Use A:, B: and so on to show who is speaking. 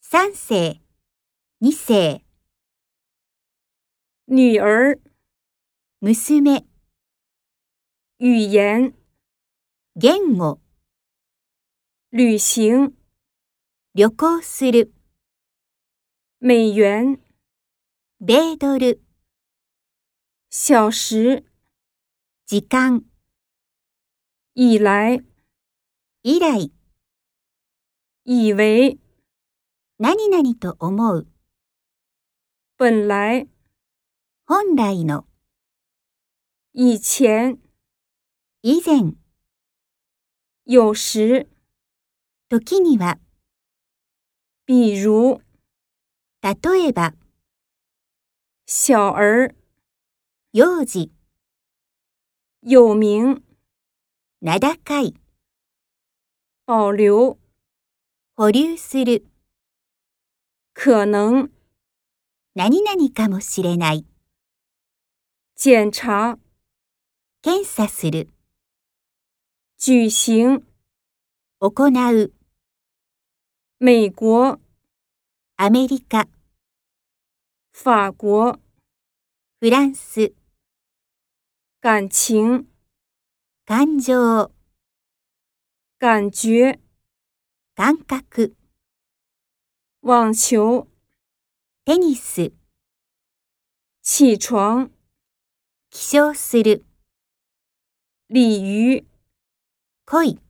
A: 三世、二世、
B: 女儿、
A: 娘、
B: 语言、
A: 言語、
B: 旅行、
A: 旅行する、
B: 美元、
A: 米ドル、
B: 小时、
A: 時間、
B: 以来、
A: 以来、
B: 以为、
A: 何々と思う、
B: 本来、
A: 本来の、
B: 以前、
A: 以前、
B: 有时、
A: 時には、
B: 比如、
A: 例えば、
B: 小儿、
A: 幼児、
B: 有名、
A: 名高い、
B: 保留、
A: 保留する、
B: 可能、
A: 何々かもしれない、
B: 检查、
A: 検査する、
B: 举行、
A: 行う、
B: 美国、
A: アメリカ、
B: 法国、
A: フランス、
B: 感情、
A: 感情、
B: 感觉、
A: 感覚、
B: 网球、
A: テニス、
B: 起床、
A: 起床する、
B: 鲤鱼。
A: 恋。